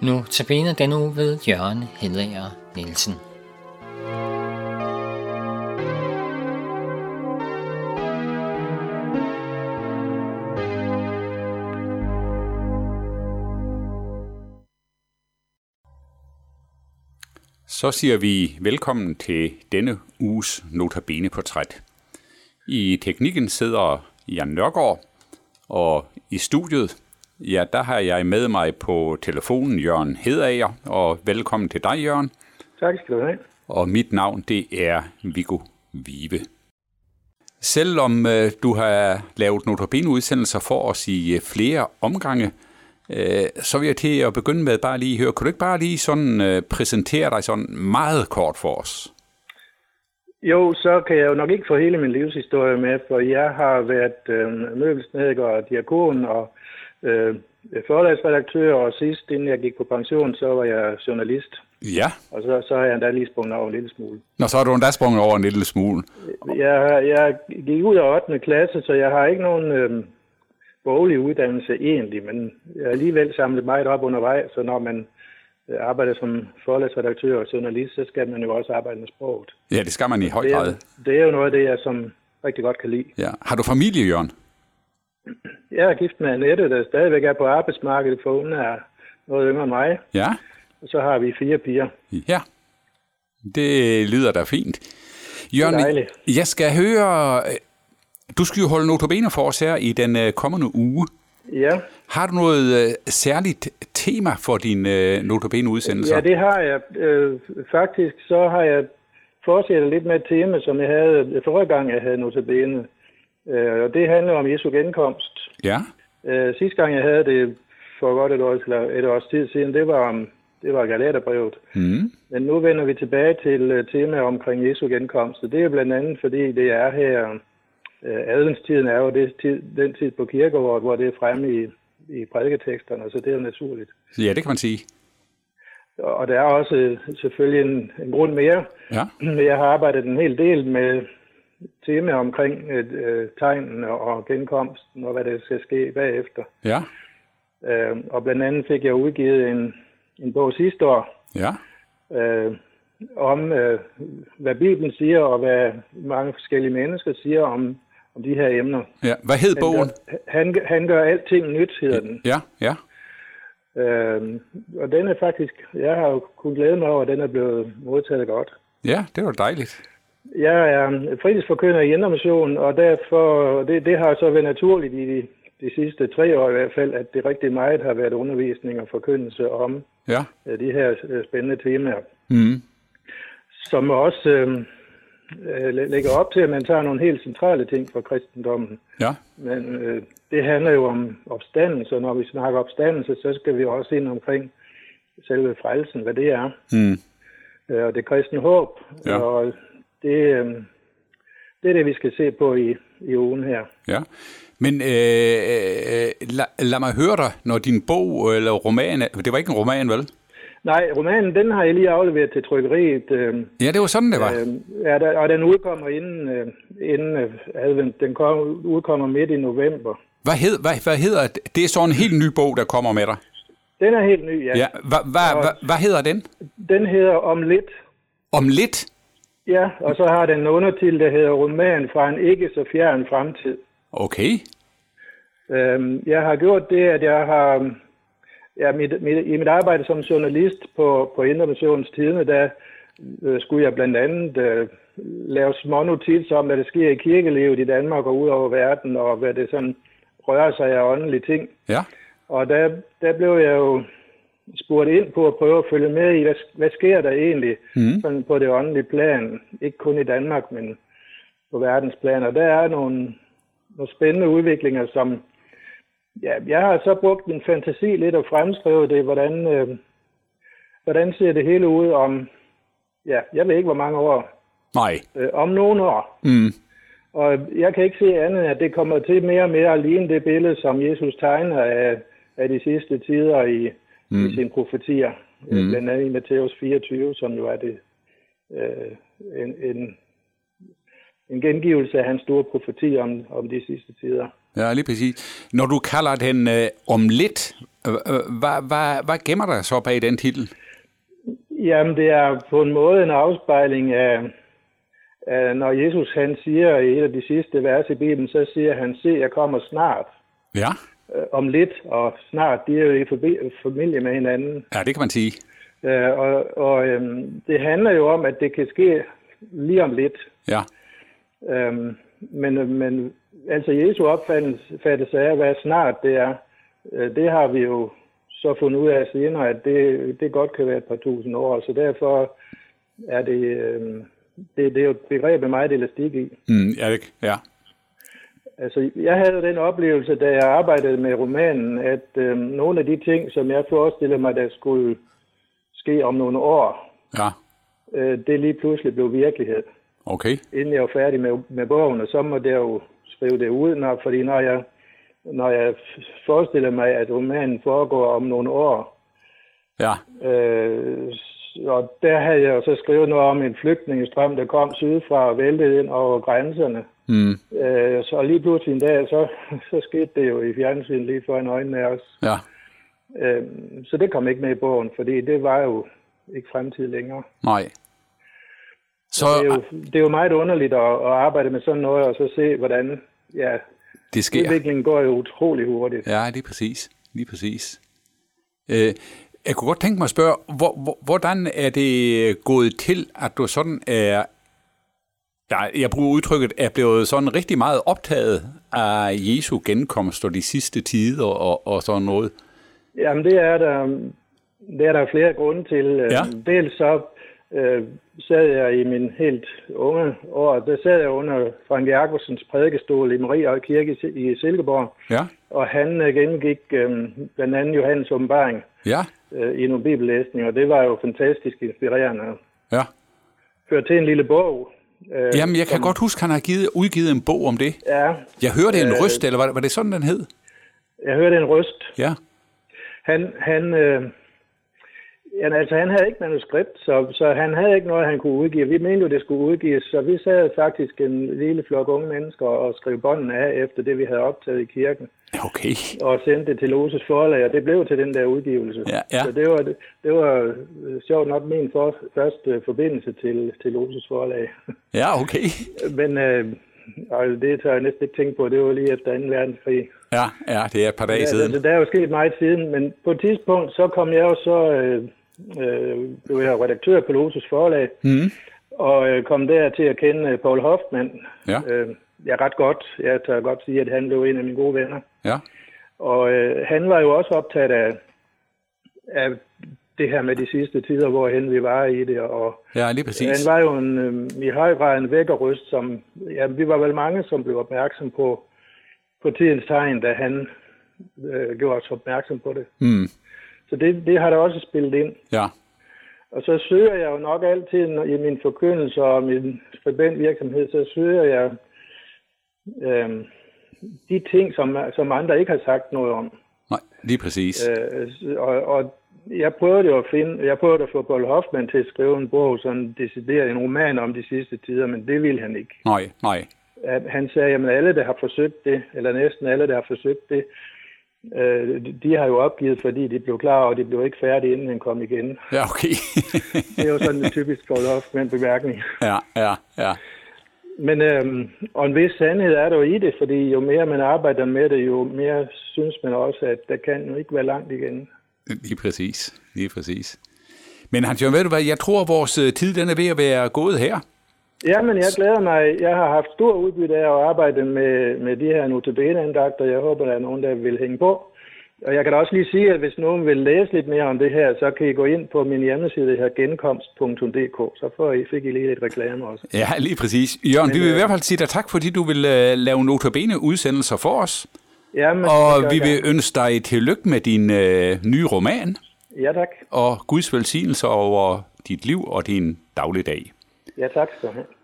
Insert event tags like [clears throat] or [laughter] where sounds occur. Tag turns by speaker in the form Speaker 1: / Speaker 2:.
Speaker 1: Nu tabiner den uge ved Jørgen Hedager Nielsen.
Speaker 2: Så siger vi velkommen til denne uges Notabene-portræt. I teknikken sidder Jan Nørgaard, og i studiet, ja, der har jeg med mig på telefonen Jørgen Hedager, og velkommen til dig, Jørgen.
Speaker 3: Tak skal du have.
Speaker 2: Og mit navn, det er Viggo Vive. Selvom øh, du har lavet Notabene-udsendelser for os i øh, flere omgange, øh, så vil jeg til at begynde med bare lige høre, kunne du ikke bare lige sådan øh, præsentere dig sådan meget kort for os?
Speaker 3: Jo, så kan jeg jo nok ikke få hele min livshistorie med, for jeg har været øh, møbelsnedker og diakon og øh, forlagsredaktør, og sidst, inden jeg gik på pension, så var jeg journalist.
Speaker 2: Ja.
Speaker 3: Og så, så har jeg endda lige sprunget over en lille smule.
Speaker 2: Nå, så har du endda sprunget over en lille smule.
Speaker 3: Jeg, jeg gik ud af 8. klasse, så jeg har ikke nogen øh, boglig uddannelse egentlig, men jeg har alligevel samlet meget op undervejs, så når man øh, arbejder som forlagsredaktør og journalist, så skal man jo også arbejde med sproget.
Speaker 2: Ja, det skal man i høj
Speaker 3: Det
Speaker 2: grad.
Speaker 3: er, det er jo noget af det, jeg som rigtig godt kan lide.
Speaker 2: Ja. Har du familie, Jørgen?
Speaker 3: Jeg er gift med Annette, der stadigvæk er på arbejdsmarkedet, for hun er noget yngre end mig.
Speaker 2: Ja.
Speaker 3: Og så har vi fire piger.
Speaker 2: Ja. Det lyder da fint. Jørgen,
Speaker 3: Det er dejligt.
Speaker 2: jeg skal høre... øh, Du skal jo holde notabene for os her i den øh, kommende uge.
Speaker 3: Ja,
Speaker 2: Har du noget øh, særligt tema for din øh, notabene-udsendelse?
Speaker 3: ja det har jeg. Øh, faktisk så har jeg fortsat lidt med et tema, som jeg havde forrige gang, jeg havde notabene. Øh, og det handler om Jesu genkomst.
Speaker 2: ja.
Speaker 3: Øh, sidste gang, jeg havde det for godt et, år, eller et års tid siden, det var, om- det var Galaterbrevet.
Speaker 2: Mm.
Speaker 3: Men nu vender vi tilbage til øh, temaet omkring Jesu genkomst, og det er blandt andet, fordi det er her, øh, adventstiden er jo det tid, den tid på kirkeåret, hvor det er fremme i, i prædiketeksterne, så det er jo naturligt.
Speaker 2: ja, det kan man sige.
Speaker 3: Og og der er også øh, selvfølgelig en, en grund mere. [clears throat]
Speaker 2: Ja.
Speaker 3: Jeg har arbejdet en hel del med temaer omkring øh, øh, tegnene og genkomsten, og hvad der skal ske bagefter.
Speaker 2: Ja.
Speaker 3: Øh, og blandt andet fik jeg udgivet en, en bog sidste år
Speaker 2: Ja.
Speaker 3: øh, om, øh, hvad Bibelen siger, og hvad mange forskellige mennesker siger om, om de her emner.
Speaker 2: ja. Hvad hed bogen?
Speaker 3: Han, han, han gør alting nyt, hedder den.
Speaker 2: Ja, ja.
Speaker 3: Øh, og den er faktisk, jeg har jo kunnet glæde mig over, at den er blevet modtaget godt.
Speaker 2: Ja, det var dejligt.
Speaker 3: Jeg er øh, fritidsforkynder i Indre Mission, og derfor, det, det har så været naturligt i de, de sidste tre år i hvert fald, at det rigtig meget har været undervisning og forkyndelse om
Speaker 2: Ja.
Speaker 3: øh, de her øh, spændende temaer,
Speaker 2: Mm.
Speaker 3: som også øh, øh, læ- lægger op til, at man tager nogle helt centrale ting fra kristendommen.
Speaker 2: Ja.
Speaker 3: Men øh, det handler jo om opstandelse, og når vi snakker opstandelse, så skal vi også ind omkring selve frelsen, hvad det er,
Speaker 2: Mm.
Speaker 3: øh, og det kristne håb,
Speaker 2: Ja.
Speaker 3: og det, øh, det er det, vi skal se på i, i ugen her.
Speaker 2: Ja, men øh, øh, lad, lad mig høre dig, når din bog eller roman, er- det var ikke en roman, vel?
Speaker 3: Nej, romanen, den har jeg lige afleveret til trykkeriet, øh,
Speaker 2: Ja, det var sådan, det var. Øh,
Speaker 3: Øh, ja, der, og den udkommer inden, øh, inden øh, advent. Den kom, udkommer midt i november.
Speaker 2: hvad, hed, hvad, hvad hedder, det er så en helt ny bog, der kommer med dig.
Speaker 3: Den er helt ny, ja.
Speaker 2: Ja, hvad, hvad, hvad, hvad hedder den?
Speaker 3: Den hedder Om lidt.
Speaker 2: Om lidt?
Speaker 3: Ja, og så har den en undertitel, der hedder Roman fra en ikke så fjern fremtid.
Speaker 2: Okay,
Speaker 3: Øhm, jeg har gjort det, at jeg har... Ja, mit, mit, I mit arbejde som journalist på, på Indre Missionens Tidene, der øh, skulle jeg blandt andet øh, lave små notitser om, hvad der sker i kirkelivet i Danmark og ud over verden, og hvad det sådan rører sig af åndelige ting.
Speaker 2: ja,
Speaker 3: Og der, der blev jeg jo spurgt ind på at prøve at følge med i, hvad, hvad sker der egentlig mm. sådan på det åndelige plan? Ikke kun i Danmark, men på verdensplan. Og der er nogle, nogle spændende udviklinger, som... Ja, jeg har så brugt min fantasi lidt og fremskrevet det, hvordan, øh, hvordan ser det hele ud om... Ja, jeg ved ikke, hvor mange år.
Speaker 2: nej,
Speaker 3: Øh, om nogle år.
Speaker 2: mm.
Speaker 3: Og jeg kan ikke se andet, end at det kommer til mere og mere at ligne det billede, som Jesus tegner af, af de sidste tider i, mm. i sine profetier. Mm. Blandt andet i Matthæus 24, som jo er det, øh, en, en, en gengivelse af hans store profeti om, om de sidste tider.
Speaker 2: ja, lige præcis. Når du kalder den øh, om lidt, Hvad, hvad, hvad gemmer der så bag den titel?
Speaker 3: Jamen, det er på en måde en afspejling af, af når Jesus han siger i et af de sidste vers i Bibelen, så siger han, se, jeg kommer snart,
Speaker 2: Ja,
Speaker 3: øh, om lidt, og snart, de er jo i forbi- familie med hinanden.
Speaker 2: ja det kan man sige.
Speaker 3: Øh, og og øhm, det handler jo om, at det kan ske lige om lidt.
Speaker 2: Ja,
Speaker 3: Øhm, men, men altså Jesu opfattelse af, hvad snart det er, øh, det har vi jo så fundet ud af senere, at det, det godt kan være et par tusind år. Så derfor er det, øhm, det, det er jo et begreb med meget elastik i.
Speaker 2: mm, ja, det, ja.
Speaker 3: Altså, jeg havde den oplevelse, da jeg arbejdede med romanen, at øhm, nogle af de ting, som jeg forestillede mig, der skulle ske om nogle år,
Speaker 2: ja.
Speaker 3: øh, det lige pludselig blev virkelighed.
Speaker 2: okay.
Speaker 3: inden jeg var færdig med, med bogen, og så måtte jeg jo skrive det ud, når, fordi når jeg, når jeg forestiller mig, at romanen foregår om nogle år,
Speaker 2: Ja,
Speaker 3: øh, og der havde jeg jo så skrevet noget om en flygtningestrøm, der kom sydfra og væltede ind over grænserne.
Speaker 2: mm,
Speaker 3: Øh, så lige pludselig en dag, så, så skete det jo i fjernsynet lige foran øjnene af os.
Speaker 2: ja,
Speaker 3: Øh, så det kom ikke med i bogen, fordi det var jo ikke fremtid længere.
Speaker 2: nej. Så ah,
Speaker 3: Det er jo, det er jo meget underligt at, at arbejde med sådan noget, og så se, hvordan ja,
Speaker 2: det sker.
Speaker 3: Udviklingen går jo utrolig hurtigt.
Speaker 2: Ja, lige præcis. Lige præcis. Øh, jeg kunne godt tænke mig at spørge, hvor, hvor, hvordan er det gået til, at du sådan er, ja, jeg bruger udtrykket, er blevet sådan rigtig meget optaget af Jesu genkomst og de sidste tider og, og sådan noget?
Speaker 3: Jamen, det er der, det er der flere grunde til. Øhm,
Speaker 2: Ja.
Speaker 3: Dels så øh, sad jeg i min helt unge år, der sad jeg under Frank Jacobsens prædikestol i Marie og Kirke i Sil- i Silkeborg,
Speaker 2: Ja,
Speaker 3: og han øh, gennemgik øh, blandt andet Johannes åbenbaring
Speaker 2: ja,
Speaker 3: øh, i nogle bibellæsninger, og det var jo fantastisk inspirerende.
Speaker 2: ja.
Speaker 3: Førte til en lille bog. Øh,
Speaker 2: Jamen, jeg kan godt huske, han har givet, udgivet en bog om det.
Speaker 3: Ja,
Speaker 2: Jeg hørte
Speaker 3: Øh.
Speaker 2: en ryst, eller var det, var det sådan, den hed?
Speaker 3: jeg hørte en røst
Speaker 2: Ja,
Speaker 3: han, han, øh, han, altså, han havde ikke manuskript, så, så han havde ikke noget, han kunne udgive. Vi mente jo, det skulle udgives, så vi sad faktisk en lille flok unge mennesker og skrev båndene af efter det, vi havde optaget i kirken,
Speaker 2: okay.
Speaker 3: og sendte det til Loses forlag, og det blev til den der udgivelse.
Speaker 2: Ja, ja.
Speaker 3: Så det var, det var øh, sjovt nok min for, første forbindelse til, til Loses forlag. [laughs]
Speaker 2: Ja, okay.
Speaker 3: Men øh, og det tør jeg næsten ikke tænke på, det var lige efter 2. verdenskrig.
Speaker 2: Ja, ja, det er et par dage
Speaker 3: Ja,
Speaker 2: siden.
Speaker 3: altså, der er jo sket meget siden, men på et tidspunkt, så kom jeg jo så, øh, øh, blev jeg redaktør på Lotus forlag, mm. og øh, kom der til at kende øh, Paul Hoffmann.
Speaker 2: Ja.
Speaker 3: Øh, jeg er ret godt, jeg tør godt sige, at han blev en af mine gode venner.
Speaker 2: Ja,
Speaker 3: Og øh, han var jo også optaget af, af det her med de sidste tider, hvorhen vi var i det, og
Speaker 2: ja lige præcis.
Speaker 3: han var jo en, øh, i høj grad en vækkerryst, som ja, vi var vel mange, som blev opmærksom på, på tidens tegn, da han øh, gjorde os opmærksom på det.
Speaker 2: Mm,
Speaker 3: Så det, det har da også spillet ind.
Speaker 2: ja,
Speaker 3: Og så søger jeg jo nok altid når- i min forkyndelse og min skribentvirksomhed, så søger jeg øh, de ting, som, som andre ikke har sagt noget om.
Speaker 2: nej, lige præcis.
Speaker 3: Øh, og, og jeg prøvede jo at finde, jeg prøvede at få Paul Hoffmann til at skrive en bog, sådan decideret en roman om de sidste tider, men det ville han ikke.
Speaker 2: Nej, nej.
Speaker 3: At han sagde, at alle, der har forsøgt det, eller næsten alle, der har forsøgt det, øh, de- de har jo opgivet, fordi de blev klar, og de blev ikke færdige, inden han kom igen.
Speaker 2: Ja, okay. [laughs]
Speaker 3: Det er jo sådan en typisk Paul Hoffmann bemærkning.
Speaker 2: ja, ja, ja.
Speaker 3: Men øhm, og en vis sandhed er der jo i det, fordi jo mere man arbejder med det, jo mere synes man også, at der kan jo ikke være langt igen.
Speaker 2: Lige præcis. Lige præcis. Men Hans Jørgen, ved du hvad, jeg tror, at vores øh, tid den er ved at være gået her.
Speaker 3: Jamen, jeg glæder mig. Jeg har haft stor udbytte af at arbejde med, med de her notabene-andagter. Jeg håber, der er nogen, der vil hænge på. Og jeg kan da også lige sige, at hvis nogen vil læse lidt mere om det her, så kan I gå ind på min hjemmeside, der hedder genkomst.dk. Så får I, fik I lige lidt reklame også.
Speaker 2: Ja, lige præcis. Jørgen, vi vil i
Speaker 3: øh,
Speaker 2: hvert fald sige dig tak, fordi du vil øh, lave notabene udsendelser for os.
Speaker 3: Jamen, det gør
Speaker 2: Og vi
Speaker 3: jeg
Speaker 2: vil ønske dig tillykke med din øh, nye roman,
Speaker 3: gerne. Ja, tak.
Speaker 2: og Guds velsignelse over dit liv og din dagligdag.
Speaker 3: Ja, tak. Så.